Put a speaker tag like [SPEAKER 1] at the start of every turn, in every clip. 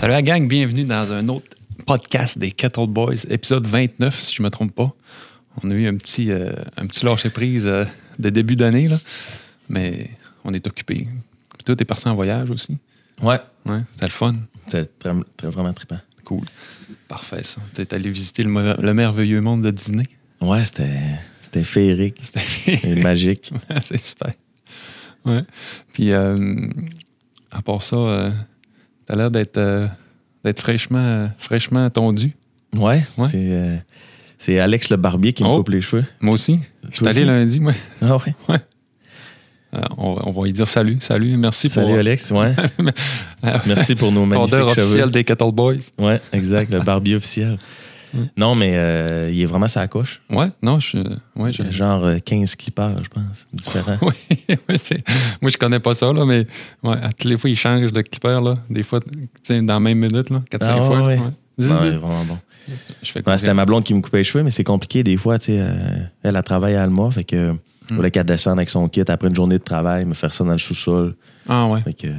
[SPEAKER 1] Salut la gang, bienvenue dans un autre podcast des Kettle Boys, épisode 29, si je ne me trompe pas. On a eu un petit, euh, un petit lâcher-prise euh, de début d'année, là, mais on est occupé. Puis toi, t'es parti en voyage aussi.
[SPEAKER 2] Ouais.
[SPEAKER 1] Ouais, c'était le fun.
[SPEAKER 2] C'est très, très- vraiment trippant.
[SPEAKER 1] Cool. Parfait, ça. T'es allé visiter le, mer- le merveilleux monde de Disney.
[SPEAKER 2] Ouais, c'était, c'était féerique. C'était magique.
[SPEAKER 1] C'est super. Ouais. Puis, euh, à part ça, euh, t'as l'air d'être, euh, d'être fraîchement, euh, fraîchement tondu.
[SPEAKER 2] Ouais.
[SPEAKER 1] Ouais.
[SPEAKER 2] C'est, euh, c'est Alex le barbier qui me
[SPEAKER 1] Oh.
[SPEAKER 2] coupe les cheveux.
[SPEAKER 1] Moi aussi. Je suis
[SPEAKER 2] Toi
[SPEAKER 1] allé
[SPEAKER 2] aussi?
[SPEAKER 1] lundi, moi.
[SPEAKER 2] Ah ouais.
[SPEAKER 1] Euh, on, va- on va y dire salut, salut, merci
[SPEAKER 2] Salut
[SPEAKER 1] pour Ah
[SPEAKER 2] Alex. Ouais. Merci pour nos magnifiques
[SPEAKER 1] l'ordre
[SPEAKER 2] cheveux.
[SPEAKER 1] officiel des Cattle Boys.
[SPEAKER 2] Ouais, exact. Le barbier officiel.
[SPEAKER 1] Mm.
[SPEAKER 2] Non, mais euh, il est vraiment sa coche.
[SPEAKER 1] Ouais, non, je suis. Ouais, je-
[SPEAKER 2] Genre euh, 15 clippers, je pense, différents.
[SPEAKER 1] Oui, oui, c'est- moi je connais pas ça, là, mais ouais, à toutes les fois ils changent de clipper, là, des fois, tu sais, dans la même minute, 4-5
[SPEAKER 2] Ah, ouais,
[SPEAKER 1] fois.
[SPEAKER 2] ouais.
[SPEAKER 1] ouais. Dis-
[SPEAKER 2] Non, il est
[SPEAKER 1] dis-
[SPEAKER 2] vraiment bon.
[SPEAKER 1] Je fais
[SPEAKER 2] Ouais,
[SPEAKER 1] confiance.
[SPEAKER 2] c'était ma blonde qui me coupait les cheveux, mais c'est compliqué des fois. tu sais, euh, elle, a travaillé à Alma, fait que
[SPEAKER 1] Hmm.
[SPEAKER 2] fallait qu'elle descende avec son kit après une journée de travail, me faire ça dans le sous-sol.
[SPEAKER 1] Ah ouais.
[SPEAKER 2] Fait que euh,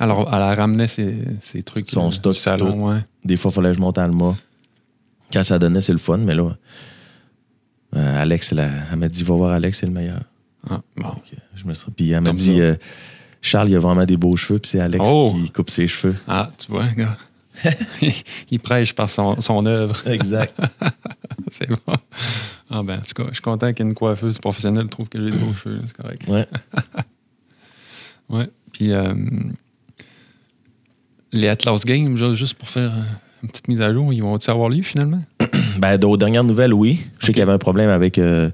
[SPEAKER 1] Alors, elle a ramené ses, ses trucs
[SPEAKER 2] Son
[SPEAKER 1] euh,
[SPEAKER 2] stock,
[SPEAKER 1] du salon, ouais.
[SPEAKER 2] des fois, fallait que je monte à Alma. Quand ça donnait, c'est le fun, mais là, euh, Alex, elle, a- elle m'a dit, va voir Alex, c'est le meilleur.
[SPEAKER 1] Ah, bon.
[SPEAKER 2] Fait que je me suis... Puis elle m'a
[SPEAKER 1] Comme
[SPEAKER 2] dit,
[SPEAKER 1] ça.
[SPEAKER 2] euh, Charles, il a vraiment des beaux cheveux, puis c'est Alex
[SPEAKER 1] Oh!
[SPEAKER 2] qui coupe ses cheveux.
[SPEAKER 1] Ah, tu vois, gars. il, il prêche par son, son œuvre.
[SPEAKER 2] Exact.
[SPEAKER 1] c'est bon. Ah ben, en tout cas, je suis content qu'une coiffeuse professionnelle trouve que j'ai des beaux cheveux. C'est correct.
[SPEAKER 2] ouais.
[SPEAKER 1] Ouais. Puis euh, les Atlas Games, genre, juste pour faire euh, une petite mise à jour, ils vont-ils avoir lieu finalement?
[SPEAKER 2] Ben, d- aux dernières nouvelles, oui. Je sais qu'il y avait un problème avec euh,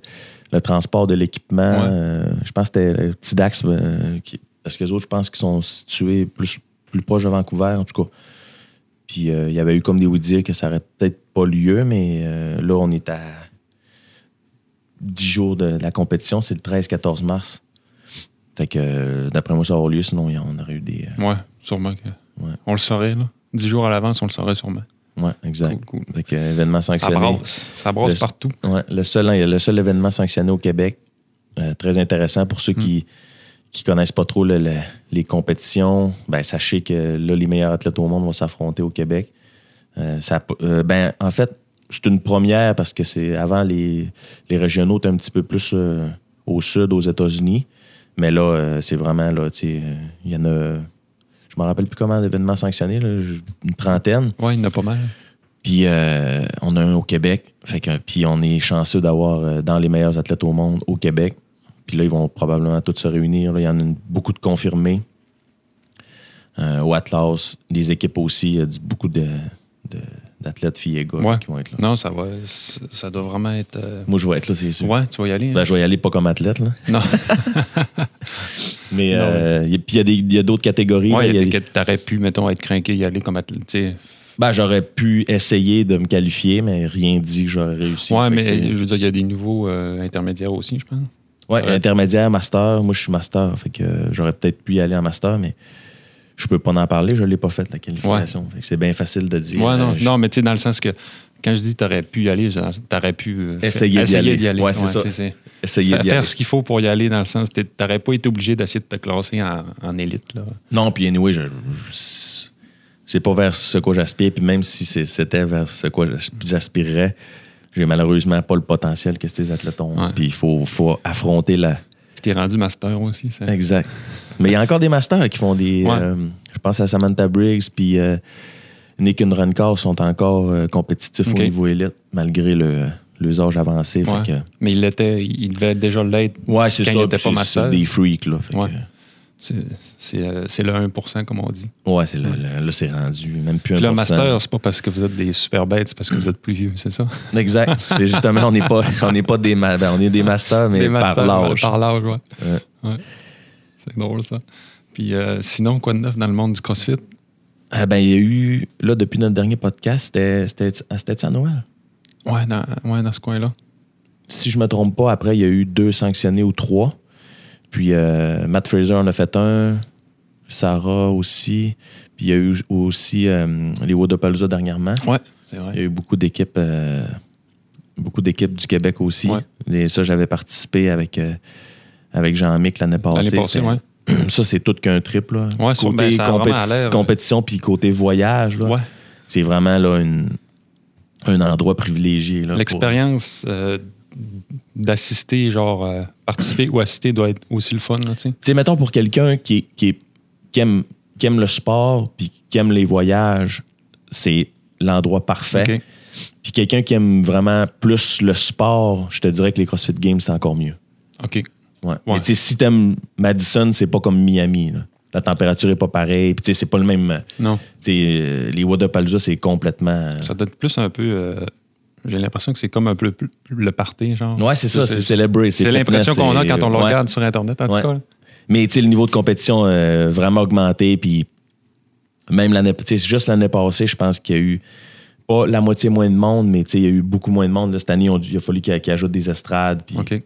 [SPEAKER 2] le transport de l'équipement.
[SPEAKER 1] Ouais.
[SPEAKER 2] Euh, je pense que c'était le petit Dax. euh, qui- parce que les autres, je pense qu'ils sont situés plus, plus proche de Vancouver, en tout cas. Puis euh, il y avait eu comme des oui-dire que ça aurait peut-être pas lieu, mais euh, là, on est à 10 jours de, la compétition. C'est le 13-14 mars. Fait que, euh, d'après moi, ça aura lieu. Sinon, on aurait eu des... euh,
[SPEAKER 1] Ouais, sûrement que.
[SPEAKER 2] Ouais.
[SPEAKER 1] On le saurait, là. Dix jours à l'avance, on le saurait sûrement.
[SPEAKER 2] euh, ouais, exact.
[SPEAKER 1] Cool, cool.
[SPEAKER 2] Fait que, euh, événement
[SPEAKER 1] Ça
[SPEAKER 2] sanctionné.
[SPEAKER 1] brasse. Ça brasse
[SPEAKER 2] Le-
[SPEAKER 1] partout.
[SPEAKER 2] Ouais, le, seul, hein, le seul événement sanctionné au Québec, euh, très intéressant pour ceux qui qui connaissent pas trop le- le- les compétitions. Ben, sachez que là, les meilleurs athlètes au monde vont s'affronter au Québec. Euh, ça, euh, ben, en fait, c'est une première parce que c'est avant les, les régionaux étaient un petit peu plus euh, au sud, aux États-Unis. Mais là, euh, c'est vraiment là, tu sais, euh, il y en a. Je me rappelle plus comment d'événements sanctionnés, là, je- une trentaine.
[SPEAKER 1] Ouais, il y en a pas mal.
[SPEAKER 2] Puis euh, on a un au Québec. Fait que, puis on est chanceux d'avoir euh, dans les meilleurs athlètes au monde au Québec. Puis là, ils vont probablement tous se réunir. là. Il y en a une- beaucoup de confirmés. Euh, au Atlas, les équipes aussi, il y a du- beaucoup de- de- d'athlètes filles et gars
[SPEAKER 1] Ouais.
[SPEAKER 2] qui vont être là.
[SPEAKER 1] Non, ça va. c- Ça doit vraiment être. euh,
[SPEAKER 2] Moi, je vais être là, c'est sûr.
[SPEAKER 1] Ouais, tu vas y aller. hein?
[SPEAKER 2] Ben, je vais y aller pas comme athlète. Là.
[SPEAKER 1] Non.
[SPEAKER 2] Mais
[SPEAKER 1] Non.
[SPEAKER 2] euh, il y a- puis il y a des- il y a d'autres catégories. là.
[SPEAKER 1] Ouais, il y a
[SPEAKER 2] Il y
[SPEAKER 1] des
[SPEAKER 2] a des-
[SPEAKER 1] quêtes- t'aurais pu, mettons, être craqué, y aller comme athlète. tu sais.
[SPEAKER 2] Ben, J'aurais pu essayer de me qualifier, mais rien dit que j'aurais réussi.
[SPEAKER 1] Ouais,
[SPEAKER 2] Fait
[SPEAKER 1] mais
[SPEAKER 2] que, tu euh, sais,
[SPEAKER 1] je veux dire, il y a des nouveaux euh, intermédiaires aussi, je pense.
[SPEAKER 2] Ouais,
[SPEAKER 1] Ouais.
[SPEAKER 2] intermédiaire, master. Moi, je suis master. Fait que euh, j'aurais peut-être pu y aller en master, mais je peux pas en parler. Je l'ai pas fait, la qualification. Fait que c'est bien facile de dire.
[SPEAKER 1] Ouais, non,
[SPEAKER 2] euh, je-
[SPEAKER 1] non mais tu sais, dans le sens que quand je dis t'aurais pu y aller, genre, t'aurais pu euh, faire-
[SPEAKER 2] Essayer d'y aller.
[SPEAKER 1] d'y aller.
[SPEAKER 2] Ouais, c'est ça.
[SPEAKER 1] tu sais,
[SPEAKER 2] Essayer
[SPEAKER 1] Faire,
[SPEAKER 2] d'y
[SPEAKER 1] faire
[SPEAKER 2] aller.
[SPEAKER 1] ce qu'il faut pour y aller, dans le sens, t'es- t'aurais pas été obligé d'essayer de te classer en, en élite. Là.
[SPEAKER 2] Non, puis anyway, je... je- c'est pas vers ce quoi j'aspire. Puis même si c'est- c'était vers ce quoi j'as- j'aspirerais, j'ai malheureusement pas le potentiel que ces athlètes ont.
[SPEAKER 1] Ouais.
[SPEAKER 2] Puis il faut, faut affronter la.
[SPEAKER 1] Puis t'es rendu master aussi. Ça.
[SPEAKER 2] Exact. Mais il y a encore des masters qui font des.
[SPEAKER 1] Ouais.
[SPEAKER 2] euh, je pense à Samantha Briggs, puis euh, Nick and Rencor sont encore euh, compétitifs
[SPEAKER 1] Ok.
[SPEAKER 2] au niveau élite, malgré le, les âges avancés.
[SPEAKER 1] Ouais.
[SPEAKER 2] Fait
[SPEAKER 1] Mais il l'était, il devait déjà l'être.
[SPEAKER 2] que, ouais, c'est
[SPEAKER 1] Quand
[SPEAKER 2] ça.
[SPEAKER 1] il était
[SPEAKER 2] puis
[SPEAKER 1] pas
[SPEAKER 2] c'est-
[SPEAKER 1] master.
[SPEAKER 2] c'est des freaks, là. Fait que,
[SPEAKER 1] Ouais. C'est c'est, euh, c'est le 1 comme on dit.
[SPEAKER 2] ouais, c'est le- le- là, c'est rendu même plus
[SPEAKER 1] Puis
[SPEAKER 2] un
[SPEAKER 1] le master, c'est pas parce que vous êtes des super bêtes, c'est parce que vous êtes plus vieux, c'est ça?
[SPEAKER 2] Exact. C'est justement, on n'est pas, on n'est pas des, ma- ben, on est des masters, mais
[SPEAKER 1] Des masters,
[SPEAKER 2] par
[SPEAKER 1] ouais,
[SPEAKER 2] l'âge.
[SPEAKER 1] Par l'âge, ouais.
[SPEAKER 2] Ouais.
[SPEAKER 1] Ouais. C'est drôle, ça. Puis euh, sinon, quoi de neuf dans le monde du CrossFit?
[SPEAKER 2] Ah, ben, il y a eu, là, depuis notre dernier podcast, c'était, c'était, ah, c'était-tu à Noël?
[SPEAKER 1] Ouais, dans, ouais, dans ce coin-là.
[SPEAKER 2] si je me trompe pas, après, il y a eu deux sanctionnés ou trois. Puis euh, Matt Fraser en a fait un, Sarah aussi. Puis il y a eu aussi euh, les Wodopalooza dernièrement.
[SPEAKER 1] Ouais, c'est
[SPEAKER 2] Il y
[SPEAKER 1] vrai.
[SPEAKER 2] a eu beaucoup d'équipes euh, beaucoup d'équipes du Québec aussi.
[SPEAKER 1] Ouais.
[SPEAKER 2] Et ça, j'avais participé avec, euh, avec Jean-Mic l'année passée.
[SPEAKER 1] L'année passée,
[SPEAKER 2] C'était-
[SPEAKER 1] ouais.
[SPEAKER 2] ça, c'est tout qu'un trip. Là.
[SPEAKER 1] Ouais, ça,
[SPEAKER 2] côté
[SPEAKER 1] ben, ça a
[SPEAKER 2] compéti-
[SPEAKER 1] vraiment l'air, euh,
[SPEAKER 2] compétition puis côté voyage, là,
[SPEAKER 1] Ouais.
[SPEAKER 2] c'est vraiment là, une- un endroit privilégié. là, pour-
[SPEAKER 1] L'expérience euh, d'assister, genre euh, participer ou assister doit être aussi le fun, là, tu sais.
[SPEAKER 2] Tu sais, mettons pour quelqu'un qui, qui, qui aime, qui aime le sport puis qui aime les voyages, c'est l'endroit parfait.
[SPEAKER 1] Ok.
[SPEAKER 2] Puis quelqu'un qui aime vraiment plus le sport, je te dirais que les CrossFit Games, c'est encore mieux.
[SPEAKER 1] OK.
[SPEAKER 2] Ouais.
[SPEAKER 1] Ouais.
[SPEAKER 2] Mais tu sais, si t'aimes Madison, c'est pas comme Miami. là. La température est pas pareille. Puis tu sais, c'est pas le même.
[SPEAKER 1] Non,
[SPEAKER 2] tu sais, euh, les Wadapalooza, c'est complètement.
[SPEAKER 1] ça donne plus un peu. euh, J'ai l'impression que c'est comme un peu plus- plus le party, genre.
[SPEAKER 2] Ouais, c'est ça, c'est célébré.
[SPEAKER 1] C'est l'impression
[SPEAKER 2] fitness,
[SPEAKER 1] qu'on a
[SPEAKER 2] c'est-
[SPEAKER 1] quand on le
[SPEAKER 2] ouais.
[SPEAKER 1] regarde sur Internet, en
[SPEAKER 2] Ouais.
[SPEAKER 1] tout cas. là.
[SPEAKER 2] Mais tu sais, le niveau de compétition euh, vraiment augmenté. Puis même l'année, tu sais, juste l'année passée, je pense qu'il y a eu pas la moitié moins de monde, mais tu sais, il y a eu beaucoup moins de monde. là. cette année, on- il a fallu qu'ils qu'ils ajoutent des estrades. Puis
[SPEAKER 1] OK.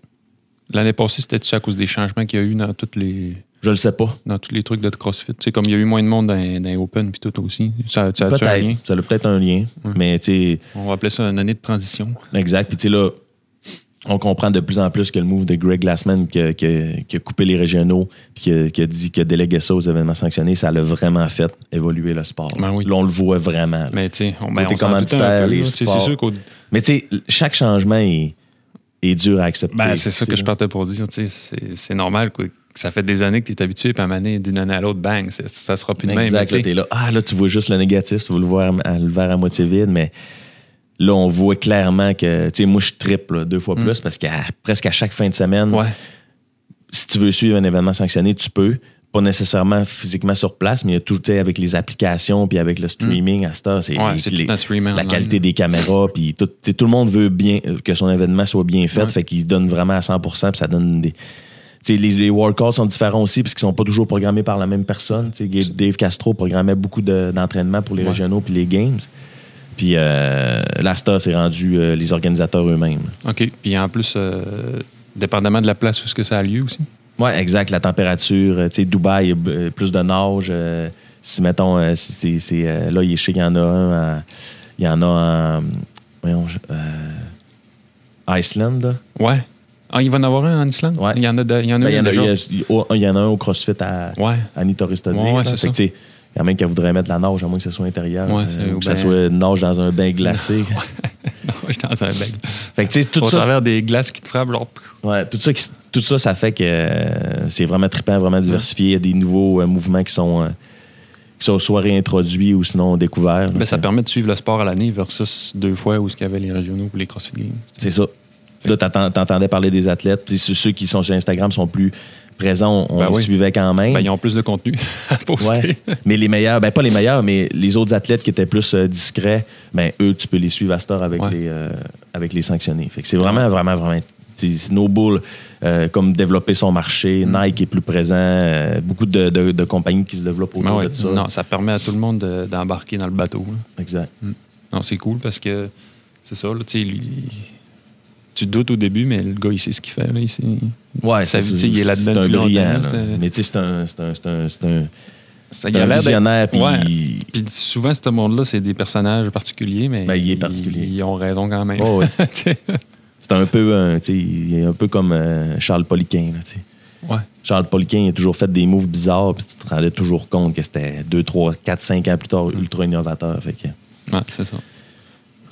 [SPEAKER 1] L'année passée, c'était à cause des changements qu'il y a eu dans toutes les.
[SPEAKER 2] je le sais pas.
[SPEAKER 1] dans tous les trucs de CrossFit. Tu sais, comme il y a eu moins de monde dans, dans les Open puis tout aussi. Ça, ça a tué un lien.
[SPEAKER 2] Peut-être. Ça a peut-être un lien. Mais tu sais,
[SPEAKER 1] On va appeler ça une année de transition.
[SPEAKER 2] Exact. Puis tu sais, là, on comprend de plus en plus que le move de Greg Glassman qui a, qui a- qui a coupé les régionaux puis qui a, qui a dit qu'il a délégué ça aux événements sanctionnés, ça l'a vraiment fait évoluer le sport.
[SPEAKER 1] Ben oui.
[SPEAKER 2] Là, on le voit vraiment. là. Mais,
[SPEAKER 1] Mais tu sais, on, ben,
[SPEAKER 2] Côté
[SPEAKER 1] on s'en doutait un
[SPEAKER 2] commanditaire,
[SPEAKER 1] peu.
[SPEAKER 2] les
[SPEAKER 1] là. C'est c'est
[SPEAKER 2] sports.
[SPEAKER 1] sûr qu'au.
[SPEAKER 2] tu sais, chaque changement est, est dur à accepter.
[SPEAKER 1] Ben, c'est ça
[SPEAKER 2] Tu
[SPEAKER 1] que
[SPEAKER 2] sais,
[SPEAKER 1] je partais pour dire. tu sais, C'est c'est normal quoi, que ça fait des années que tu es habitué, puis à un moment donné, d'une année à l'autre, bang, c'est- ça sera plus de même. mais
[SPEAKER 2] Exact.
[SPEAKER 1] tu
[SPEAKER 2] Là,
[SPEAKER 1] sais,
[SPEAKER 2] t'es là, ah, là, tu vois juste le négatif, tu veux le voir à, le verre à moitié vide, mais là, on voit clairement que, tu sais, moi, je triple là, deux fois plus parce que presque à chaque fin de semaine,
[SPEAKER 1] Mm. Ouais,
[SPEAKER 2] si tu veux suivre un événement sanctionné, tu peux. Pas nécessairement physiquement sur place, mais il y a tout, tu sais, avec les applications, puis avec le streaming à cette heure, c'est
[SPEAKER 1] Mm. Ouais,
[SPEAKER 2] les-
[SPEAKER 1] c'est
[SPEAKER 2] les-
[SPEAKER 1] tout en streaming
[SPEAKER 2] la
[SPEAKER 1] en
[SPEAKER 2] qualité
[SPEAKER 1] ligne.
[SPEAKER 2] des caméras, puis tout, tu sais, tout le monde veut bien euh, que son événement soit bien fait, fait qu'il se donne vraiment à 100%, puis ça donne des... tu sais, les, les workouts sont différents aussi, parce qu'ils sont pas toujours programmés par la même personne. Tu sais, Gabe- Dave Castro programmait beaucoup de- d'entraînements pour les
[SPEAKER 1] Ouais.
[SPEAKER 2] régionaux puis les games. Puis euh, là, à cette heure, c'est rendu euh, les organisateurs eux-mêmes.
[SPEAKER 1] OK. Puis en plus, euh, dépendamment de la place où ce que ça a lieu aussi.
[SPEAKER 2] Oui, exact. La température, euh, tu sais, Dubaï, il y a b- euh, plus de nage. euh, si, mettons, euh, si c'est- c'est, euh, là, il est chez, il y en a un, en- il y en a en, voyons, je- euh, Iceland, là.
[SPEAKER 1] Ouais. Ah, il va en avoir un en Islande?
[SPEAKER 2] Ouais.
[SPEAKER 1] Il y en a, de- il y en a
[SPEAKER 2] Ben,
[SPEAKER 1] eu
[SPEAKER 2] il, y en a,
[SPEAKER 1] déjà.
[SPEAKER 2] il y a- il y a- il y en a un au CrossFit à
[SPEAKER 1] Ouais.
[SPEAKER 2] Annie Toristodine.
[SPEAKER 1] Ouais, ouais, c'est
[SPEAKER 2] fait
[SPEAKER 1] ça.
[SPEAKER 2] que, tu sais, il y en a même qui voudrait mettre la nage, à moins que ce soit intérieur,
[SPEAKER 1] Ouais,
[SPEAKER 2] euh,
[SPEAKER 1] c'est-
[SPEAKER 2] ou que
[SPEAKER 1] ben-
[SPEAKER 2] ça soit une nage dans un bain glacé.
[SPEAKER 1] non, je suis dans un bag.
[SPEAKER 2] Fait que, tu sais, tout
[SPEAKER 1] Au
[SPEAKER 2] ça,
[SPEAKER 1] travers des glaces qui te frappent, genre.
[SPEAKER 2] Ouais, tout ça, qui- tout ça, ça fait que euh, c'est vraiment trippant, vraiment diversifié. Il y a des nouveaux euh, mouvements qui sont, euh, qui sont soit réintroduits ou sinon découverts.
[SPEAKER 1] Ben, ça
[SPEAKER 2] C'est-
[SPEAKER 1] permet de suivre le sport à l'année versus deux fois où ce qu'il y avait les régionaux ou les CrossFit Games.
[SPEAKER 2] C'est ça. Là, t'entends- t'entendais parler des athlètes. Puis ceux- ceux qui sont sur Instagram sont plus présents. On
[SPEAKER 1] Ben
[SPEAKER 2] les
[SPEAKER 1] oui.
[SPEAKER 2] suivait quand même.
[SPEAKER 1] Ben, ils ont plus de contenu à poster.
[SPEAKER 2] Ouais. mais les meilleurs, ben pas les meilleurs, mais les autres athlètes qui étaient plus euh, discrets, ben eux, tu peux les suivre à cette heure avec,
[SPEAKER 1] Ouais.
[SPEAKER 2] les, euh, avec les sanctionnés. Fait que c'est vraiment, vraiment, vraiment. c'est- c'est No Bull, euh, comme développer son marché,
[SPEAKER 1] Mm.
[SPEAKER 2] Nike est plus présent, euh, beaucoup de, de- de compagnies qui se développent
[SPEAKER 1] Ben
[SPEAKER 2] autour
[SPEAKER 1] ouais.
[SPEAKER 2] de ça.
[SPEAKER 1] Non, ça permet à tout le monde de- d'embarquer dans le bateau. là.
[SPEAKER 2] Exact.
[SPEAKER 1] Non, c'est cool parce que c'est ça, là, tu sais, lui, tu te doutes au début, mais le gars, il sait ce qu'il fait, là, il sait-
[SPEAKER 2] Ouais,
[SPEAKER 1] Ça,
[SPEAKER 2] c'est
[SPEAKER 1] tu sais, il est là-dedans
[SPEAKER 2] c'est un
[SPEAKER 1] depuis longtemps,
[SPEAKER 2] brillant.
[SPEAKER 1] là,
[SPEAKER 2] là.
[SPEAKER 1] c'est-
[SPEAKER 2] Mais tu sais, c'est un, c'est un, c'est un, c'est un-
[SPEAKER 1] Ça,
[SPEAKER 2] c'est un
[SPEAKER 1] l'air d'être-
[SPEAKER 2] visionnaire. puis
[SPEAKER 1] Ouais.
[SPEAKER 2] il-
[SPEAKER 1] Puis souvent, ce monde-là, c'est des personnages particuliers, mais
[SPEAKER 2] Ben, il est
[SPEAKER 1] ils-
[SPEAKER 2] particulier.
[SPEAKER 1] Ils, ont raison quand même.
[SPEAKER 2] Oh, ouais.
[SPEAKER 1] Tu sais,
[SPEAKER 2] c'est un peu, un, tu sais, il est un peu comme euh, Charles Poliquin. Là, tu sais.
[SPEAKER 1] ouais.
[SPEAKER 2] Charles Poliquin il a toujours fait des moves bizarres, puis tu te rendais toujours compte que c'était 2, 3, 4, 5 ans plus tard ultra innovateur. Fait que,
[SPEAKER 1] Ouais, c'est ça.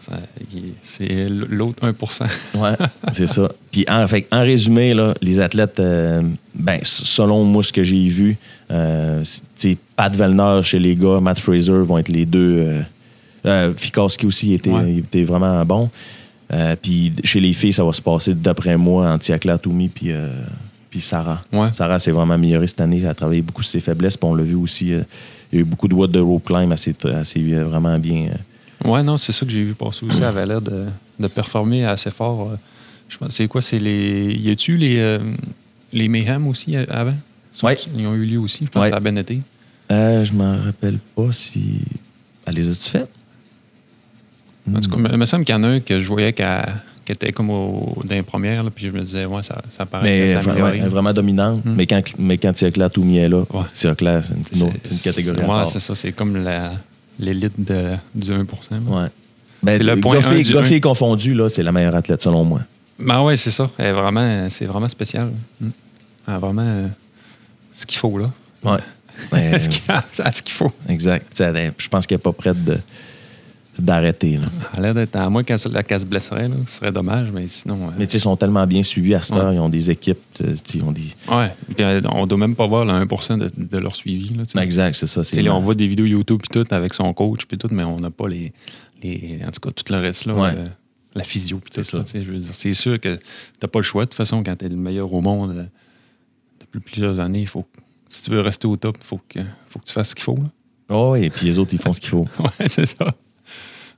[SPEAKER 1] Ça, il- C'est l'autre 1%.
[SPEAKER 2] ouais, c'est ça. Puis en, fait, en résumé, là, les athlètes, euh, ben, s- selon moi, ce que j'ai vu, euh, c'est- tu sais, Pat Velner chez les gars, Matt Fraser vont être les deux. Euh, euh, Fikorski aussi, il était,
[SPEAKER 1] Ouais.
[SPEAKER 2] il était vraiment bon. Euh, puis chez les filles, ça va se passer, d'après moi, entre Tiakla Toumi puis, euh, puis Sarah.
[SPEAKER 1] Ouais.
[SPEAKER 2] Sarah s'est vraiment améliorée cette année. Elle a travaillé beaucoup sur ses faiblesses. Puis on l'a vu aussi. euh, il y a eu beaucoup de watts de rope climb. Elle s'est elle s'est, euh, vraiment bien. euh,
[SPEAKER 1] Ouais, non, c'est ça que j'ai vu passer aussi. Elle avait l'air de, de performer assez fort. euh, Je pense, c'est quoi, c'est les. Y a-tu les, euh, les Mayhem aussi euh, avant?
[SPEAKER 2] Ouais.
[SPEAKER 1] Ils ont eu lieu aussi, je pense,
[SPEAKER 2] Ouais.
[SPEAKER 1] à Ben été.
[SPEAKER 2] Euh, je m'en rappelle pas si. Elle les a-tu faites?
[SPEAKER 1] En tout cas,
[SPEAKER 2] Hmm.
[SPEAKER 1] il me semble qu'il y en a un que je voyais qu'elle qu'elle était comme au, dans les premières, là, puis je me disais, ouais, ça, ça paraît
[SPEAKER 2] Mais
[SPEAKER 1] que ça a
[SPEAKER 2] vra- ouais,
[SPEAKER 1] amélioré.
[SPEAKER 2] elle est vraiment dominante. Mais quand, mais quand Tiakla Toumi est là,
[SPEAKER 1] Ouais.
[SPEAKER 2] Tiakla, c'est une,
[SPEAKER 1] C'est-
[SPEAKER 2] autre- c'est une catégorie
[SPEAKER 1] c'est-
[SPEAKER 2] à
[SPEAKER 1] Ouais,
[SPEAKER 2] part.
[SPEAKER 1] c'est ça, c'est comme la- l'élite de- du 1%. là.
[SPEAKER 2] Ouais. Ben,
[SPEAKER 1] C'est le point
[SPEAKER 2] Goffey-
[SPEAKER 1] un du
[SPEAKER 2] Goffey
[SPEAKER 1] un.
[SPEAKER 2] confondu, là, c'est la meilleure athlète, selon moi.
[SPEAKER 1] Hmm. Ben ouais, c'est ça. Elle est vraiment, c'est vraiment spécial. Mm. Elle a vraiment. euh, ce qu'il faut, là.
[SPEAKER 2] Ouais.
[SPEAKER 1] À
[SPEAKER 2] Ben,
[SPEAKER 1] ce qu'il- à ce qu'il faut.
[SPEAKER 2] exact. Tu sais, elle- Je pense qu'elle n'est pas prête de- d'arrêter. là.
[SPEAKER 1] À l'air d'être à moins qu'elle se- qu'elle se blesserait, là, ce serait dommage, mais sinon. euh,
[SPEAKER 2] Mais tu sais, ils sont tellement bien suivis à cette
[SPEAKER 1] Ouais.
[SPEAKER 2] heure. Ils ont des équipes. euh, tu sais, Ils ont des...
[SPEAKER 1] ouais. Puis, euh, on doit même pas voir le 1% de, de leur suivi. Là, tu sais.
[SPEAKER 2] Exact, c'est ça.
[SPEAKER 1] Tu sais, là, on voit des vidéos YouTube puis tout avec son coach puis tout, mais on n'a pas les, les- En tout cas, tout le reste là.
[SPEAKER 2] Ouais.
[SPEAKER 1] euh, la physio puis tout.
[SPEAKER 2] C'est ça.
[SPEAKER 1] là, tu sais, je veux dire, C'est sûr que t'as pas le choix. De toute façon, quand t'es le meilleur au monde euh, depuis plusieurs années, il faut. Si tu veux rester au top, il faut que, faut que tu fasses ce qu'il faut. là.
[SPEAKER 2] Oh, et puis les autres, ils font ce qu'il faut.
[SPEAKER 1] Ouais, c'est ça.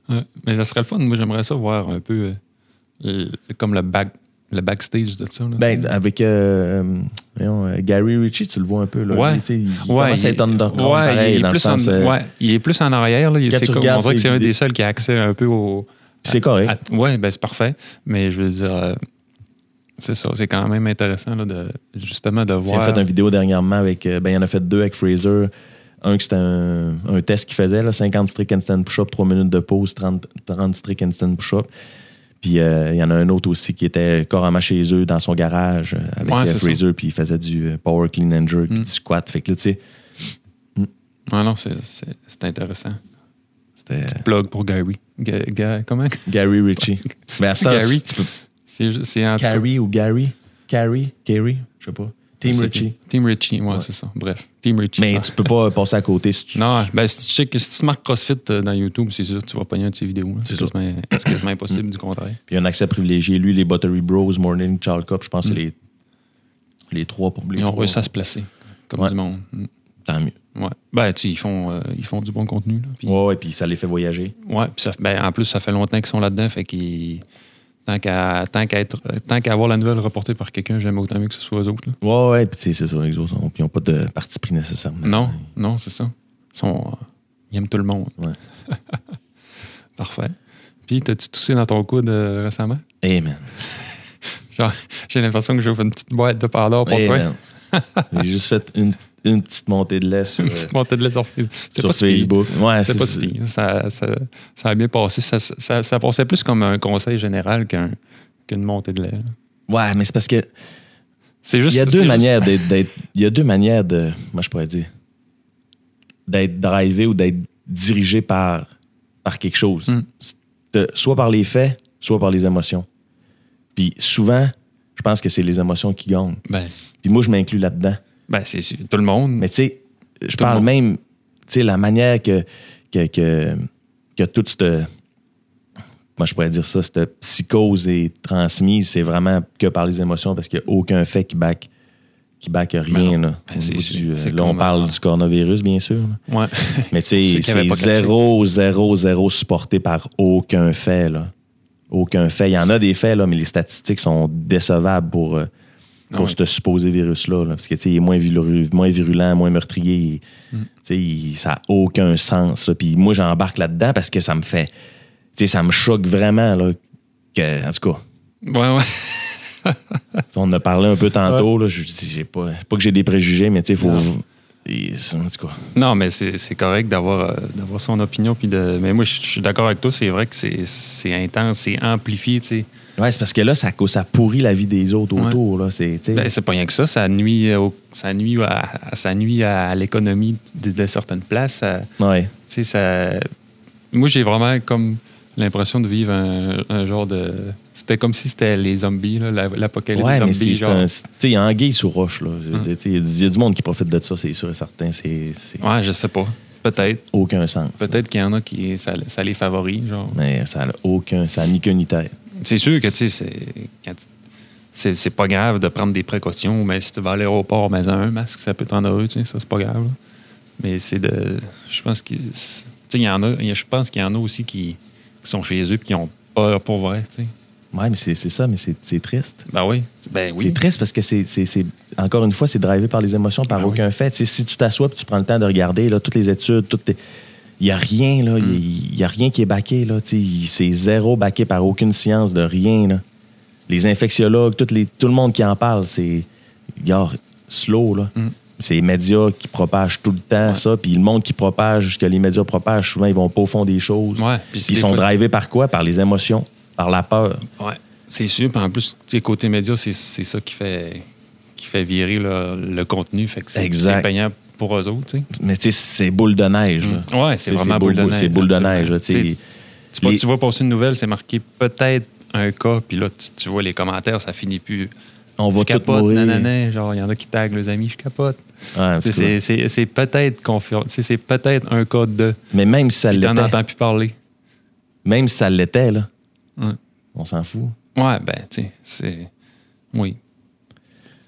[SPEAKER 1] Ouais. Mais ça serait le fun. Moi, j'aimerais ça voir un peu euh, le- comme le, back, le backstage de ça. là.
[SPEAKER 2] Ben, avec euh, euh, voyons, euh, Gary Ritchie, tu le vois un peu. Là.
[SPEAKER 1] Ouais.
[SPEAKER 2] Lui, tu sais, Il, il
[SPEAKER 1] Ouais,
[SPEAKER 2] commence à être
[SPEAKER 1] il-
[SPEAKER 2] underground,
[SPEAKER 1] ouais,
[SPEAKER 2] pareil,
[SPEAKER 1] il est
[SPEAKER 2] dans le
[SPEAKER 1] plus en-
[SPEAKER 2] sens... euh,
[SPEAKER 1] ouais, il est plus en arrière. Là. Il-
[SPEAKER 2] Quand
[SPEAKER 1] c'est
[SPEAKER 2] tu
[SPEAKER 1] comme- on
[SPEAKER 2] regardes
[SPEAKER 1] dirait que
[SPEAKER 2] ses
[SPEAKER 1] c'est un des
[SPEAKER 2] vidéos-
[SPEAKER 1] seuls qui a accès un peu au.
[SPEAKER 2] puis C'est correct.
[SPEAKER 1] à- ouais, ben c'est parfait. Mais je veux dire, euh, c'est ça, c'est quand même intéressant là, de, justement de
[SPEAKER 2] Il a
[SPEAKER 1] voir.
[SPEAKER 2] fait une vidéo dernièrement avec. euh, Ben, il en a fait deux avec Fraser. Un que c'était un, un test qu'il faisait, là, 50 strict handstand push-up, 3 minutes de pause, 30, 30 strict handstand push-up. Puis euh, il y en a un autre aussi qui était carrément chez eux dans son garage euh, avec
[SPEAKER 1] Ouais,
[SPEAKER 2] euh,
[SPEAKER 1] c'est ça.
[SPEAKER 2] Fraser, puis il faisait du euh, power clean and jerk, puis
[SPEAKER 1] Mm.
[SPEAKER 2] du squat. Fait que là, tu sais,
[SPEAKER 1] Ah non, c'est- c'est c'est intéressant.
[SPEAKER 2] c'était euh,
[SPEAKER 1] Plug pour Gary. Ga- Ga- comment
[SPEAKER 2] Gary Ritchie. Mais à ce temps,
[SPEAKER 1] Gary.
[SPEAKER 2] tu peux-
[SPEAKER 1] C'est ju- c'est en tout cas-
[SPEAKER 2] Carrie ou Gary Carrie Carrie, je sais pas.
[SPEAKER 1] je
[SPEAKER 2] Team
[SPEAKER 1] sais
[SPEAKER 2] Ritchie.
[SPEAKER 1] plus. Team Richie, ouais,
[SPEAKER 2] Ouais.
[SPEAKER 1] c'est ça. Bref, Team Richie.
[SPEAKER 2] Mais
[SPEAKER 1] ça.
[SPEAKER 2] tu peux pas passer à côté si tu.
[SPEAKER 1] Non, ben, si tu, check- si tu marques CrossFit euh, dans YouTube, c'est sûr que tu vas pogner un de ces vidéos. hein. C'est
[SPEAKER 2] C'est
[SPEAKER 1] quasiment, c'est quasiment impossible, du contraire.
[SPEAKER 2] Puis un accès privilégié. Lui, les Buttery Bros, Morning, Charles Cup, je pense que c'est
[SPEAKER 1] Mm.
[SPEAKER 2] les, les trois pour les
[SPEAKER 1] Ils ont
[SPEAKER 2] trois.
[SPEAKER 1] réussi à se placer, comme
[SPEAKER 2] Ouais.
[SPEAKER 1] du monde. Mm.
[SPEAKER 2] Tant mieux.
[SPEAKER 1] Ouais. Ben, tu sais, ils font, euh, ils font du bon contenu. là, puis-
[SPEAKER 2] Ouais, ouais, puis ça les fait voyager.
[SPEAKER 1] Ouais, puis ça- ben, en plus, ça fait longtemps qu'ils sont là-dedans, fait qu'ils. Tant qu'à tant qu'à être- tant qu'à avoir la nouvelle reportée par quelqu'un, j'aime autant mieux que ce soit eux autres. là.
[SPEAKER 2] Ouais, ouais, puis tu sais, c'est ça, les autres, on- puis ils n'ont pas de parti pris nécessairement.
[SPEAKER 1] Non, non, c'est ça. Ils, sont, euh, ils aiment tout le monde.
[SPEAKER 2] Ouais.
[SPEAKER 1] Parfait. Puis, t'as-tu toussé dans ton coude euh, récemment?
[SPEAKER 2] Hey, man.
[SPEAKER 1] Genre, j'ai l'impression que j'ouvre une petite boîte de par là pour
[SPEAKER 2] Hey,
[SPEAKER 1] toi.
[SPEAKER 2] man. J'ai juste fait une, une petite montée de lait sur,
[SPEAKER 1] Une
[SPEAKER 2] euh,
[SPEAKER 1] petite montée de lait sur Facebook. C'est
[SPEAKER 2] sur
[SPEAKER 1] pas si pire.
[SPEAKER 2] Facebook. Ouais,
[SPEAKER 1] C'est pas si pire. ça, ça, ça a bien passé. Ça, ça, ça passait plus comme un conseil général qu'un- qu'une montée de lait.
[SPEAKER 2] Ouais, mais c'est parce que
[SPEAKER 1] C'est juste.
[SPEAKER 2] Il y a
[SPEAKER 1] c'est
[SPEAKER 2] deux
[SPEAKER 1] juste-
[SPEAKER 2] manières d'être, d'être- Il y a deux manières de. Moi, je pourrais dire. D'être drivé ou d'être dirigé par, par quelque chose.
[SPEAKER 1] Mm.
[SPEAKER 2] C'est de- soit par les faits, soit par les émotions. Puis souvent, je pense que c'est les émotions qui gagnent.
[SPEAKER 1] Ben,
[SPEAKER 2] Puis moi, je m'inclus là-dedans.
[SPEAKER 1] ben c'est sûr. Tout le monde.
[SPEAKER 2] Mais tu sais, je
[SPEAKER 1] Tout le
[SPEAKER 2] parle
[SPEAKER 1] monde.
[SPEAKER 2] même, tu sais, la manière que, que, que, que toute cette. Moi, je pourrais dire ça, cette psychose est transmise, c'est vraiment que par les émotions parce qu'il n'y a aucun fait qui back, qui back rien. là,
[SPEAKER 1] Ben,
[SPEAKER 2] au
[SPEAKER 1] c'est
[SPEAKER 2] niveau
[SPEAKER 1] sûr.
[SPEAKER 2] du, euh,
[SPEAKER 1] C'est
[SPEAKER 2] là, on
[SPEAKER 1] comme,
[SPEAKER 2] parle
[SPEAKER 1] euh,
[SPEAKER 2] du coronavirus, bien sûr. là.
[SPEAKER 1] Ouais.
[SPEAKER 2] Mais tu sais,
[SPEAKER 1] Ceux qui avaient
[SPEAKER 2] c'est
[SPEAKER 1] pas catché.
[SPEAKER 2] zéro, zéro, zéro supporté par aucun fait. Là. Aucun fait. Il y en a des faits, là, mais les statistiques sont décevables pour, euh, pour
[SPEAKER 1] Non,
[SPEAKER 2] ce supposé virus-là. là. parce que tu sais, il est moins, viru- moins virulent, moins meurtrier. il- tu sais, il- ça n'a aucun sens. là. Puis moi, j'embarque là-dedans parce que ça me fait. tu sais, ça me choque vraiment. Là, que, en tout cas,
[SPEAKER 1] Ouais, ouais.
[SPEAKER 2] on en a parlé un peu tantôt. là, je dis, j'ai pas, pas que j'ai des préjugés, mais tu sais, il faut. Et- En tout cas.
[SPEAKER 1] Non, mais c'est c'est correct d'avoir euh, d'avoir son opinion. Puis de... Mais moi, je je suis d'accord avec toi. C'est vrai que c'est- c'est intense, c'est amplifié. tu sais.
[SPEAKER 2] Ouais, c'est parce que là, ça, cause- ça pourrit la vie des autres
[SPEAKER 1] Ouais.
[SPEAKER 2] autour. Là, c'est, tu sais.
[SPEAKER 1] Ben, c'est pas rien que ça. Ça nuit, euh, au- ça nuit à, à- ça nuit à l'économie de, de certaines places. ça-
[SPEAKER 2] ouais.
[SPEAKER 1] tu sais, ça- Moi, j'ai vraiment comme l'impression de vivre un, un genre de. C'était comme si c'était les zombies, là, la- l'apocalypse
[SPEAKER 2] Ouais, mais
[SPEAKER 1] zombie.
[SPEAKER 2] c'est, c'est
[SPEAKER 1] genre. Hum.
[SPEAKER 2] un. Tu sais, il y a anguille sous roche. là. Je veux dire, tu sais, Il y a du- il y, a du monde qui profite de ça, c'est sûr et certain. C'est, c'est
[SPEAKER 1] Ouais, je sais pas. Peut-être.
[SPEAKER 2] aucun sens.
[SPEAKER 1] Peut-être qu'il y en a qui ça, ça les favorise. Genre.
[SPEAKER 2] Mais ça n'a aucun. Ça n'a ni queue ni tête.
[SPEAKER 1] C'est sûr que tu sais, c'est- quand tu- c'est c'est pas grave de prendre des précautions, mais si tu vas à l'aéroport, mais un masque, ça peut t'en avoir, tu sais, ça c'est pas grave. là. Mais c'est de. Je pense qu'il tu sais, il y en a. il y a- Je pense qu'il y en a aussi qui, qui sont chez eux et qui ont peur pour vrai. tu sais.
[SPEAKER 2] Ouais, mais c'est, c'est ça, mais c'est, c'est triste.
[SPEAKER 1] Ben oui. Ben oui.
[SPEAKER 2] C'est triste parce que c'est, c'est- c'est- encore une fois, c'est drivé par les émotions, par
[SPEAKER 1] Ah oui.
[SPEAKER 2] aucun fait. Tu sais, si tu t'assois et tu prends le temps de regarder là, toutes les études, toutes tes- il n'y a rien, là.
[SPEAKER 1] Hmm.
[SPEAKER 2] Il n'y a, rien qui est baqué, là. Tu sais, il- c'est zéro baqué par aucune science de rien, là. Les infectiologues, toutes les- tout le monde qui en parle, c'est. gars, slow, là.
[SPEAKER 1] Mm.
[SPEAKER 2] C'est les médias qui propagent tout le temps
[SPEAKER 1] Ouais.
[SPEAKER 2] ça, puis le monde qui propage ce que les médias propagent, souvent, ils vont pas au fond des choses.
[SPEAKER 1] Ouais,
[SPEAKER 2] Puis
[SPEAKER 1] c'est
[SPEAKER 2] ils
[SPEAKER 1] des
[SPEAKER 2] sont
[SPEAKER 1] fois-
[SPEAKER 2] drivés par quoi? Par les émotions, par la peur.
[SPEAKER 1] Ouais, c'est sûr. Puis en plus, tu sais, côté média, c'est c'est ça qui fait, qui- qui fait virer le, le contenu. Fait que c'est
[SPEAKER 2] Exact.
[SPEAKER 1] c'est payant pour eux autres. tu sais.
[SPEAKER 2] Mais tu sais, c'est boule de neige. là.
[SPEAKER 1] Ouais, c'est
[SPEAKER 2] Tu sais,
[SPEAKER 1] vraiment boule de neige.
[SPEAKER 2] C'est boule de
[SPEAKER 1] absolument.
[SPEAKER 2] neige. là, tu sais.
[SPEAKER 1] Tu sais, tu, vois-
[SPEAKER 2] Les-
[SPEAKER 1] tu vois passer une nouvelle, c'est marqué peut-être un cas, puis là, tu, tu vois les commentaires, ça finit plus.
[SPEAKER 2] On
[SPEAKER 1] je
[SPEAKER 2] va tout
[SPEAKER 1] capote,
[SPEAKER 2] mourir.
[SPEAKER 1] nanana, genre, il y en a qui taguent leurs amis, je capote.
[SPEAKER 2] Ouais, en tout
[SPEAKER 1] Tu sais,
[SPEAKER 2] cas.
[SPEAKER 1] C'est c'est- c'est peut-être confirmé, tu sais, c'est peut-être un cas de.
[SPEAKER 2] Mais même si ça
[SPEAKER 1] Puis t'en
[SPEAKER 2] l'était,
[SPEAKER 1] entends plus parler.
[SPEAKER 2] même si ça l'était, là,
[SPEAKER 1] Ouais.
[SPEAKER 2] on s'en fout.
[SPEAKER 1] Ouais, ben, tu sais, c'est. Oui.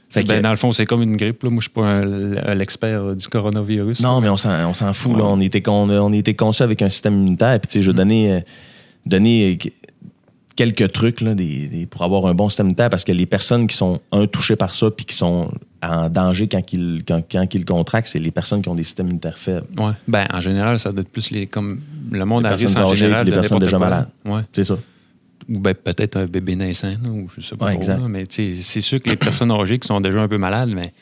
[SPEAKER 2] Fait
[SPEAKER 1] Ben,
[SPEAKER 2] que-
[SPEAKER 1] dans le fond, c'est comme une grippe. Là. Moi, je suis pas un- l'expert euh, du coronavirus.
[SPEAKER 2] Non, mais on s'en, on s'en fout.
[SPEAKER 1] Ouais. Mm.
[SPEAKER 2] Là. On, était con, on était conçus avec un système immunitaire. Puis, tu sais, je vais donner, euh, donner euh, quelques trucs là, des- des- pour avoir un bon système immunitaire parce que les personnes qui sont, un, touchées par ça puis qui sont en danger quand ils, quand, quand ils le contractent, c'est les personnes qui ont des systèmes immunitaires faibles.
[SPEAKER 1] Ouais. Ben, en général, ça doit être plus les, comme le monde
[SPEAKER 2] Les
[SPEAKER 1] à risque
[SPEAKER 2] personnes
[SPEAKER 1] en
[SPEAKER 2] âgées
[SPEAKER 1] général.
[SPEAKER 2] puis les
[SPEAKER 1] de
[SPEAKER 2] personnes
[SPEAKER 1] n'importe
[SPEAKER 2] déjà
[SPEAKER 1] quoi.
[SPEAKER 2] malades.
[SPEAKER 1] Ouais.
[SPEAKER 2] C'est ça.
[SPEAKER 1] Ou ben, peut-être un bébé naissant, là, ou je sais pas
[SPEAKER 2] Ouais,
[SPEAKER 1] trop.
[SPEAKER 2] exact.
[SPEAKER 1] là. mais tu sais, c'est sûr que les personnes âgées qui sont déjà un peu malades, mais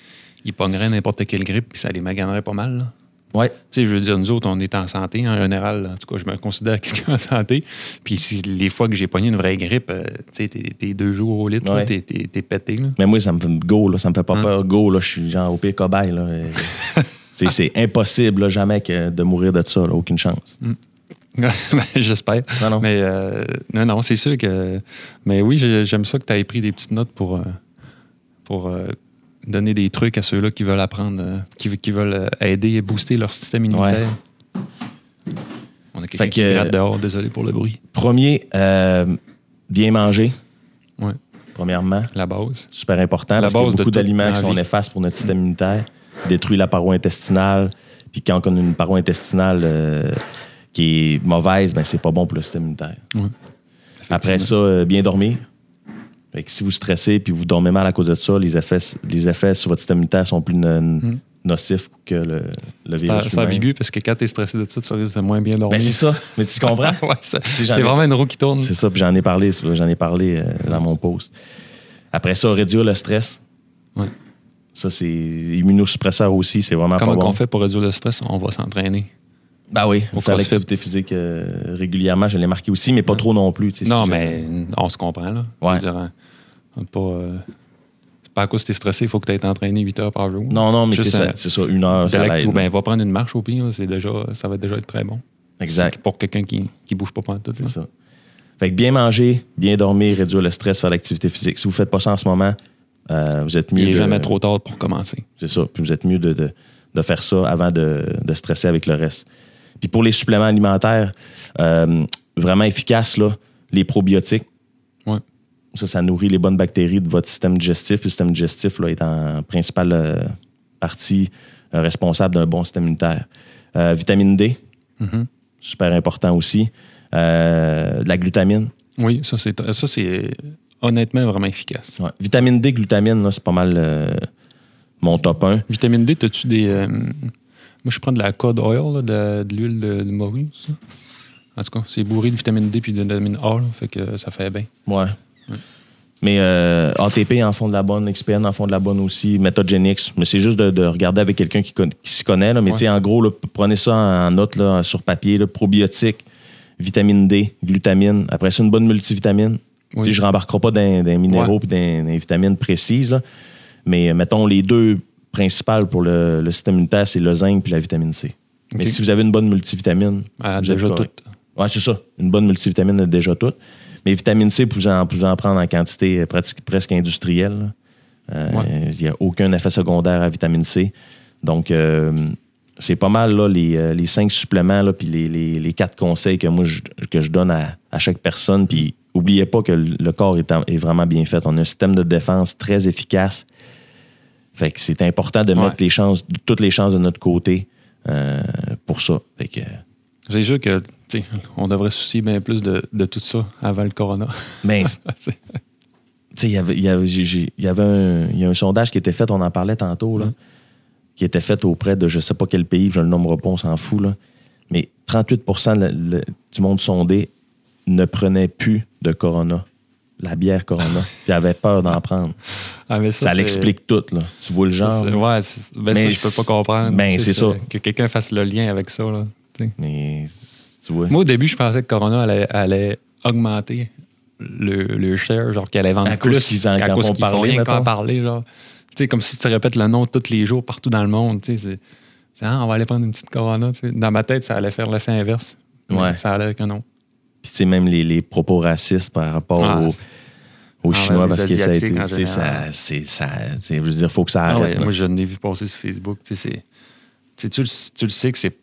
[SPEAKER 1] ils pogneraient n'importe quelle grippe puis ça les maganerait pas mal. là.
[SPEAKER 2] Ouais.
[SPEAKER 1] Tu sais, je veux dire, nous autres, on est en santé en général. là. En tout cas, je me considère quelqu'un en santé. Puis si, les fois que j'ai pogné une vraie grippe, euh, tu sais, t'es t'es deux jours au lit, là,
[SPEAKER 2] Ouais.
[SPEAKER 1] t'es- t'es t'es pété. Là.
[SPEAKER 2] Mais moi, ça me fait go, là, ça me fait pas
[SPEAKER 1] Hein?
[SPEAKER 2] peur. Go, là, je suis genre au pire cobaye. Là. Euh, c'est, c'est impossible, là, jamais que de mourir de ça. là. aucune chance.
[SPEAKER 1] Ben, J'espère.
[SPEAKER 2] Non, non.
[SPEAKER 1] Mais euh, non, non, c'est sûr que. Mais oui, j'ai- j'aime ça que tu aies pris des petites notes pour, euh, pour euh, donner des trucs à ceux-là qui veulent apprendre, euh, qui, qui veulent euh, aider et booster leur système immunitaire. On a quelqu'un
[SPEAKER 2] Fait
[SPEAKER 1] qui
[SPEAKER 2] que-
[SPEAKER 1] gratte dehors, désolé pour le bruit.
[SPEAKER 2] Premier, euh, bien manger,
[SPEAKER 1] Ouais,
[SPEAKER 2] premièrement.
[SPEAKER 1] la base.
[SPEAKER 2] super important.
[SPEAKER 1] La
[SPEAKER 2] parce
[SPEAKER 1] base
[SPEAKER 2] qu'il
[SPEAKER 1] de
[SPEAKER 2] y a
[SPEAKER 1] tout
[SPEAKER 2] beaucoup
[SPEAKER 1] dans
[SPEAKER 2] d'aliments qui
[SPEAKER 1] la
[SPEAKER 2] sont
[SPEAKER 1] vie. Mm.
[SPEAKER 2] néfastes pour notre système immunitaire, détruit la paroi intestinale. Puis quand on a une paroi intestinale euh, qui est mauvaise, ben c'est pas bon pour le système immunitaire. Après ça, euh, bien dormir. Fait que si vous stressez puis vous dormez mal à cause de ça, les effets, les effets sur votre système immunitaire sont plus no- nocifs que le, le
[SPEAKER 1] Mm. C'est
[SPEAKER 2] virus.
[SPEAKER 1] c'est
[SPEAKER 2] lui-même.
[SPEAKER 1] ambigu parce que quand t'es stressé de ça, tu risques de moins bien dormir.
[SPEAKER 2] Ben, c'est ça. Mais tu comprends?
[SPEAKER 1] Ouais, ça-
[SPEAKER 2] Si
[SPEAKER 1] c'est
[SPEAKER 2] jamais-
[SPEAKER 1] vraiment une roue qui tourne.
[SPEAKER 2] C'est ça, puis j'en ai parlé, j'en ai parlé euh, dans mon post. Après ça, réduire le stress.
[SPEAKER 1] Ouais.
[SPEAKER 2] Ça, c'est immunosuppresseur aussi, c'est vraiment
[SPEAKER 1] Comment
[SPEAKER 2] pas bon.
[SPEAKER 1] on fait pour réduire le stress? On va s'entraîner.
[SPEAKER 2] Ben oui,
[SPEAKER 1] Au
[SPEAKER 2] on fait
[SPEAKER 1] CrossFit.
[SPEAKER 2] l'activité physique euh, régulièrement, je l'ai marqué aussi, mais pas trop non plus. tu sais,
[SPEAKER 1] Non,
[SPEAKER 2] si
[SPEAKER 1] mais on se comprend, là.
[SPEAKER 2] Ouais.
[SPEAKER 1] Je veux dire, hein, on- on pas, euh, c'est pas à cause que t'es stressé, il faut que tu aies entraîné 8 heures par jour.
[SPEAKER 2] je- Non, non, mais tu sais,
[SPEAKER 1] Juste
[SPEAKER 2] ça-
[SPEAKER 1] un-
[SPEAKER 2] c'est ça, une heure,
[SPEAKER 1] De
[SPEAKER 2] ça
[SPEAKER 1] l'acte
[SPEAKER 2] l'aide.
[SPEAKER 1] ou ben, va prendre une marche au pire, là, c'est déjà, ça va déjà être très bon.
[SPEAKER 2] Exact,
[SPEAKER 1] C'est Pour quelqu'un qui, qui bouge pas pendant tout.
[SPEAKER 2] c'est ça. Fait que bien manger, bien dormir, réduire le stress, faire l'activité physique. Si vous faites pas ça en ce moment, euh, vous êtes mieux...
[SPEAKER 1] Il n'est
[SPEAKER 2] de-
[SPEAKER 1] jamais trop tard pour commencer.
[SPEAKER 2] C'est ça. Puis vous êtes mieux de, de- de faire ça avant de, de stresser avec le reste. Puis pour les suppléments alimentaires, euh, vraiment efficaces, là, les probiotiques.
[SPEAKER 1] Ouais.
[SPEAKER 2] Ça, ça nourrit les bonnes bactéries de votre système digestif. Puis le système digestif là, est en principale euh, partie euh, responsable d'un bon système immunitaire. Euh, vitamine D,
[SPEAKER 1] Mhm.
[SPEAKER 2] super important aussi. Euh, de la glutamine.
[SPEAKER 1] Oui, ça, c'est, ça, c'est honnêtement vraiment efficace.
[SPEAKER 2] Ouais. Vitamine D, glutamine, là, c'est pas mal euh, mon top 1.
[SPEAKER 1] Vitamine D, as-tu des. euh, moi, je prends de la cod oil, là, de, de l'huile de, de morue, ça. En tout cas, c'est bourré de vitamine D puis de vitamine A, là, fait que ça fait bien.
[SPEAKER 2] Ouais. Mais euh, ATP en font de la bonne, XPN en font de la bonne aussi, Metagenix. Mais c'est juste de, de regarder avec quelqu'un qui, conna- qui s'y connaît. Là. Mais
[SPEAKER 1] Ouais.
[SPEAKER 2] tu sais, en gros, là, prenez ça en note là, sur papier. là, probiotiques, vitamine D, glutamine. Après ça, une bonne multivitamine.
[SPEAKER 1] Oui.
[SPEAKER 2] Tu sais, Je ne rembarquerai pas dans des minéraux et dans des vitamines précises. là. Mais euh, mettons, les deux principales pour le, le système immunitaire, c'est le zinc et la vitamine C. Mais
[SPEAKER 1] Ok.
[SPEAKER 2] si vous avez une bonne multivitamine,
[SPEAKER 1] Ah,
[SPEAKER 2] vous êtes
[SPEAKER 1] déjà
[SPEAKER 2] correct.
[SPEAKER 1] tout.
[SPEAKER 2] Oui, c'est ça. Une bonne multivitamine est déjà toute. Mais vitamine C, vous en, vous en prendre en quantité euh, pratique- presque industrielle. là. Euh, Il
[SPEAKER 1] Ouais.
[SPEAKER 2] n'y a aucun effet secondaire à vitamine C. Donc, euh, c'est pas mal là, les, euh, les cinq suppléments là, puis les, les- les quatre conseils que moi je, que je donne à, à chaque personne. Puis, oubliez pas que le le corps est, en- est vraiment bien fait. On a un système de défense très efficace. Fait que c'est important de
[SPEAKER 1] Ouais.
[SPEAKER 2] mettre les chances, toutes les chances de notre côté euh, pour ça. Fait que,
[SPEAKER 1] C'est sûr que tu sais, on devrait se soucier bien plus de, de tout ça avant le corona.
[SPEAKER 2] ben,
[SPEAKER 1] C'est-
[SPEAKER 2] Tu sais, il y avait, il y avait- j'ai- j'ai- il y avait un, il y a un sondage qui était fait, on en parlait tantôt,
[SPEAKER 1] Mm.
[SPEAKER 2] là, qui était fait auprès de je sais pas quel pays, puis je ne le nommerai pas, on s'en fout, là, mais 38 le- le- du monde sondé ne prenait plus de Corona, la bière Corona, puis avait peur d'en prendre.
[SPEAKER 1] Ah, mais
[SPEAKER 2] Ça,
[SPEAKER 1] c'est-
[SPEAKER 2] l'explique tout, là. Tu vois le
[SPEAKER 1] ça,
[SPEAKER 2] genre.
[SPEAKER 1] c'est-
[SPEAKER 2] là.
[SPEAKER 1] ouais, c'est- ben
[SPEAKER 2] Mais
[SPEAKER 1] ça, je peux
[SPEAKER 2] c'est-
[SPEAKER 1] pas comprendre.
[SPEAKER 2] ben,
[SPEAKER 1] Tu sais,
[SPEAKER 2] c'est ça.
[SPEAKER 1] Que quelqu'un fasse le lien avec ça. Là, tu sais.
[SPEAKER 2] Mais tu vois.
[SPEAKER 1] Moi, au début, je pensais que Corona allait, allait augmenter le, le share, genre qu'elle allait vendre
[SPEAKER 2] À cause
[SPEAKER 1] plus.
[SPEAKER 2] qu'ils en- qu'en
[SPEAKER 1] à cause
[SPEAKER 2] font
[SPEAKER 1] qu'ils font
[SPEAKER 2] parler,
[SPEAKER 1] rien qu'en
[SPEAKER 2] mettons.
[SPEAKER 1] parler. Genre. Tu sais, comme si tu répètes le nom tous les jours partout dans le monde. Tu sais, c'est- c'est, ah, on va aller prendre une petite corona. tu sais. Dans ma tête, ça allait faire l'effet inverse. Mais
[SPEAKER 2] Ouais.
[SPEAKER 1] Ça allait avec un nom.
[SPEAKER 2] Puis, tu sais, même les, les propos racistes par rapport
[SPEAKER 1] Ah,
[SPEAKER 2] aux, aux
[SPEAKER 1] Ah,
[SPEAKER 2] Chinois,
[SPEAKER 1] ouais,
[SPEAKER 2] parce
[SPEAKER 1] les
[SPEAKER 2] que ça a été.
[SPEAKER 1] Asiatiques en
[SPEAKER 2] tu sais,
[SPEAKER 1] général.
[SPEAKER 2] ça- c'est- ça- tu sais, Je veux dire, il faut que ça
[SPEAKER 1] Ah ouais,
[SPEAKER 2] arrête. là.
[SPEAKER 1] moi, je l'ai vu passer sur Facebook. Tu, sais, c'est- tu sais, tu le- tu le sais que c'est.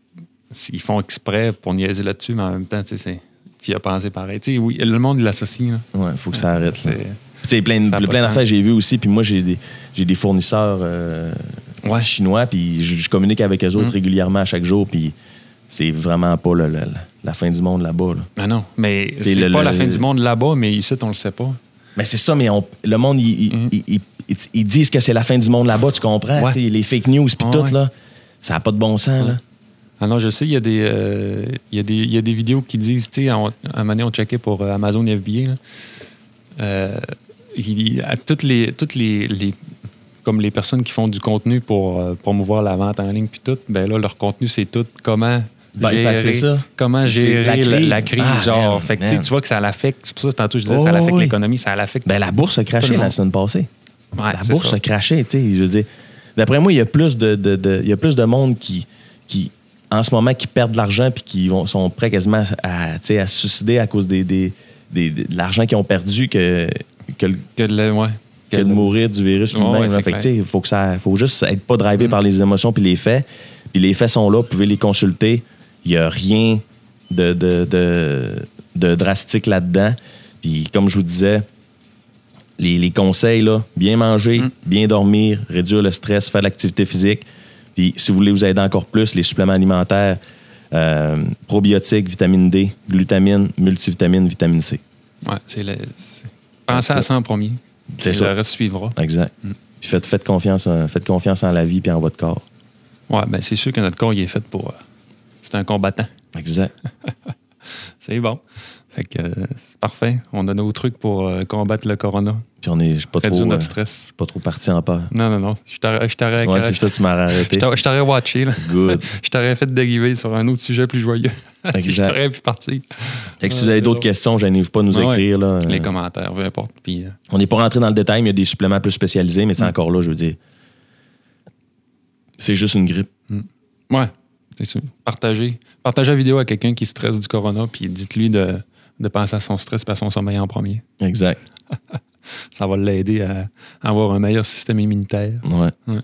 [SPEAKER 1] c'est- Ils font exprès pour niaiser là-dessus, mais en même temps, tu sais, c'est- tu y as pensé pareil. Tu sais, oui, le monde il l'associe. là.
[SPEAKER 2] Ouais, faut que ça arrête. là.
[SPEAKER 1] C'est-
[SPEAKER 2] Puis, Tu sais, plein, de-
[SPEAKER 1] Ça a pas de
[SPEAKER 2] plein d'affaires
[SPEAKER 1] sens.
[SPEAKER 2] j'ai vu aussi. Puis moi, j'ai des, j'ai des fournisseurs euh,
[SPEAKER 1] Ouais.
[SPEAKER 2] chinois, puis je, je communique avec eux autres
[SPEAKER 1] Mm.
[SPEAKER 2] régulièrement à chaque jour. Puis c'est vraiment pas le- le- la fin du monde là-bas. là.
[SPEAKER 1] Ah non, mais c'est
[SPEAKER 2] C'est le-
[SPEAKER 1] pas
[SPEAKER 2] le-
[SPEAKER 1] la fin
[SPEAKER 2] le-
[SPEAKER 1] du monde là-bas, mais ici, on le sait pas.
[SPEAKER 2] Mais c'est ça, mais on- le monde, ils ils-
[SPEAKER 1] Mhm.
[SPEAKER 2] ils- ils- ils- ils disent que c'est la fin du monde là-bas, tu comprends?
[SPEAKER 1] Ouais.
[SPEAKER 2] Tu sais, Les fake news, puis
[SPEAKER 1] Ouais,
[SPEAKER 2] tout,
[SPEAKER 1] ouais.
[SPEAKER 2] là, ça n'a pas de bon sens. Là.
[SPEAKER 1] Ah non, je sais, il y, a des, euh, il y, a des- il y a des vidéos qui disent, tu sais, on- à un moment donné, on checkait pour euh, Amazon FBA, là. Euh, il- à toutes les, toutes les, les- comme les personnes qui font du contenu pour euh, promouvoir la vente en ligne puis tout, ben là, leur contenu, c'est tout comment
[SPEAKER 2] Bypasser
[SPEAKER 1] gérer,
[SPEAKER 2] ça.
[SPEAKER 1] comment gérer
[SPEAKER 2] C'est
[SPEAKER 1] la
[SPEAKER 2] la
[SPEAKER 1] crise,
[SPEAKER 2] crise.
[SPEAKER 1] la, crise
[SPEAKER 2] Ah,
[SPEAKER 1] genre.
[SPEAKER 2] man,
[SPEAKER 1] fait que tu sais,
[SPEAKER 2] man.
[SPEAKER 1] tu vois que ça l'affecte. C'est pour ça, tantôt, je disais,
[SPEAKER 2] Oh,
[SPEAKER 1] ça l'affecte
[SPEAKER 2] oui.
[SPEAKER 1] l'économie, ça l'affecte.
[SPEAKER 2] Ben, la bourse a
[SPEAKER 1] Tout
[SPEAKER 2] craché
[SPEAKER 1] le
[SPEAKER 2] la
[SPEAKER 1] monde.
[SPEAKER 2] semaine passée.
[SPEAKER 1] Ouais,
[SPEAKER 2] la
[SPEAKER 1] c'est
[SPEAKER 2] bourse
[SPEAKER 1] ça.
[SPEAKER 2] a craché, tu sais, je veux dire. D'après moi, il y a plus de, de- de- il y a plus de monde qui, qui, en ce moment, qui perdent de l'argent puis qui vont, sont prêts quasiment à, tu sais, à se suicider à cause des, des- des- de l'argent qu'ils ont perdu que, que, le-
[SPEAKER 1] Que le- ouais.
[SPEAKER 2] que de mourir du virus
[SPEAKER 1] Ouais,
[SPEAKER 2] lui-même.
[SPEAKER 1] ouais,
[SPEAKER 2] là.
[SPEAKER 1] c'est
[SPEAKER 2] fait que,
[SPEAKER 1] clair.
[SPEAKER 2] tu sais, il faut, que ça- faut juste être pas drivé
[SPEAKER 1] Mm.
[SPEAKER 2] par les émotions puis les faits. Puis les faits sont là, vous pouvez les consulter. Il n'y a rien de, de, de- de drastique là-dedans. Puis comme je vous disais, les, les conseils, là, bien manger,
[SPEAKER 1] Mm.
[SPEAKER 2] bien dormir, réduire le stress, faire de l'activité physique. Puis si vous voulez vous aider encore plus, les suppléments alimentaires, euh, probiotiques, vitamine D, glutamine, multivitamine, vitamine C.
[SPEAKER 1] Ouais, c'est le- c'est- Pensez
[SPEAKER 2] ça.
[SPEAKER 1] à ça en premier.
[SPEAKER 2] Ah, C'est
[SPEAKER 1] Et
[SPEAKER 2] ça.
[SPEAKER 1] Le reste suivra.
[SPEAKER 2] Exact.
[SPEAKER 1] Mm.
[SPEAKER 2] Puis faites, faites confiance, euh, faites confiance en la vie puis en votre corps.
[SPEAKER 1] Ouais, ben c'est sûr que notre corps, il est fait pour. euh, c'est un combattant.
[SPEAKER 2] Exact.
[SPEAKER 1] C'est bon. Fait que euh, c'est parfait. On a nos trucs pour euh, combattre le corona,
[SPEAKER 2] Puis on est, je suis pas
[SPEAKER 1] réduire
[SPEAKER 2] trop, euh,
[SPEAKER 1] notre
[SPEAKER 2] je suis
[SPEAKER 1] stress.
[SPEAKER 2] pas trop parti en peur.
[SPEAKER 1] Non, non, non. Je t'aurais. Je t'aurais
[SPEAKER 2] Ouais, c'est ça, tu m'as
[SPEAKER 1] je
[SPEAKER 2] arrêté.
[SPEAKER 1] t'aurais- je t'aurais watché, là.
[SPEAKER 2] Good.
[SPEAKER 1] Je t'aurais fait dériver sur un autre sujet plus joyeux. si je
[SPEAKER 2] Exact.
[SPEAKER 1] t'aurais pu partir.
[SPEAKER 2] Fait que si
[SPEAKER 1] Ouais,
[SPEAKER 2] vous avez
[SPEAKER 1] c'est drôle.
[SPEAKER 2] d'autres questions, gênez-vous pas de nous
[SPEAKER 1] Ouais, ouais.
[SPEAKER 2] écrire. là.
[SPEAKER 1] Les commentaires, peu importe. Puis, euh,
[SPEAKER 2] On n'est pas rentré dans le détail, mais il y a des suppléments plus spécialisés, mais c'est
[SPEAKER 1] Mm.
[SPEAKER 2] encore là, je veux dire. C'est juste une grippe.
[SPEAKER 1] ouais, c'est sûr. Partagez. Partagez la vidéo à quelqu'un qui stresse du corona, puis dites-lui de, de penser à son stress et à son sommeil en premier.
[SPEAKER 2] Exact.
[SPEAKER 1] Ça va l'aider à avoir un meilleur système immunitaire.
[SPEAKER 2] Ouais.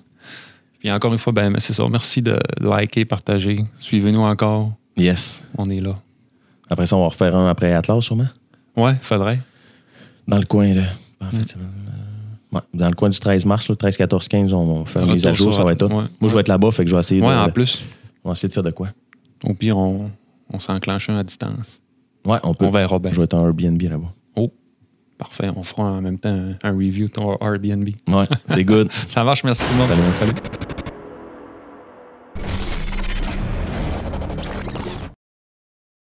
[SPEAKER 1] Puis encore une fois, ben, c'est ça. Merci de liker, partager. Suivez-nous encore.
[SPEAKER 2] Yes.
[SPEAKER 1] On est là.
[SPEAKER 2] Après ça, on va refaire un après Atlas, sûrement.
[SPEAKER 1] Ouais, faudrait.
[SPEAKER 2] Dans le coin, là. En
[SPEAKER 1] Mm.
[SPEAKER 2] fait, c'est- euh, ouais. Dans le coin du 13 mars, le 13, 14, 15, on va faire une
[SPEAKER 1] Retour
[SPEAKER 2] mise à jour,
[SPEAKER 1] sur-
[SPEAKER 2] ça va être tout.
[SPEAKER 1] ouais.
[SPEAKER 2] Moi, je vais être là-bas, fait que je vais essayer
[SPEAKER 1] Ouais,
[SPEAKER 2] de.
[SPEAKER 1] en plus.
[SPEAKER 2] On va essayer de faire de quoi?
[SPEAKER 1] Au pire, on, on s'enclenche un à distance.
[SPEAKER 2] Ouais, on peut.
[SPEAKER 1] On verra bien.
[SPEAKER 2] Je vais être en Airbnb là-bas.
[SPEAKER 1] Oh, parfait. On fera en même temps un, un review de ton Airbnb.
[SPEAKER 2] Ouais, c'est good.
[SPEAKER 1] Ça marche, merci tout le monde.
[SPEAKER 2] Salut.
[SPEAKER 1] Salut.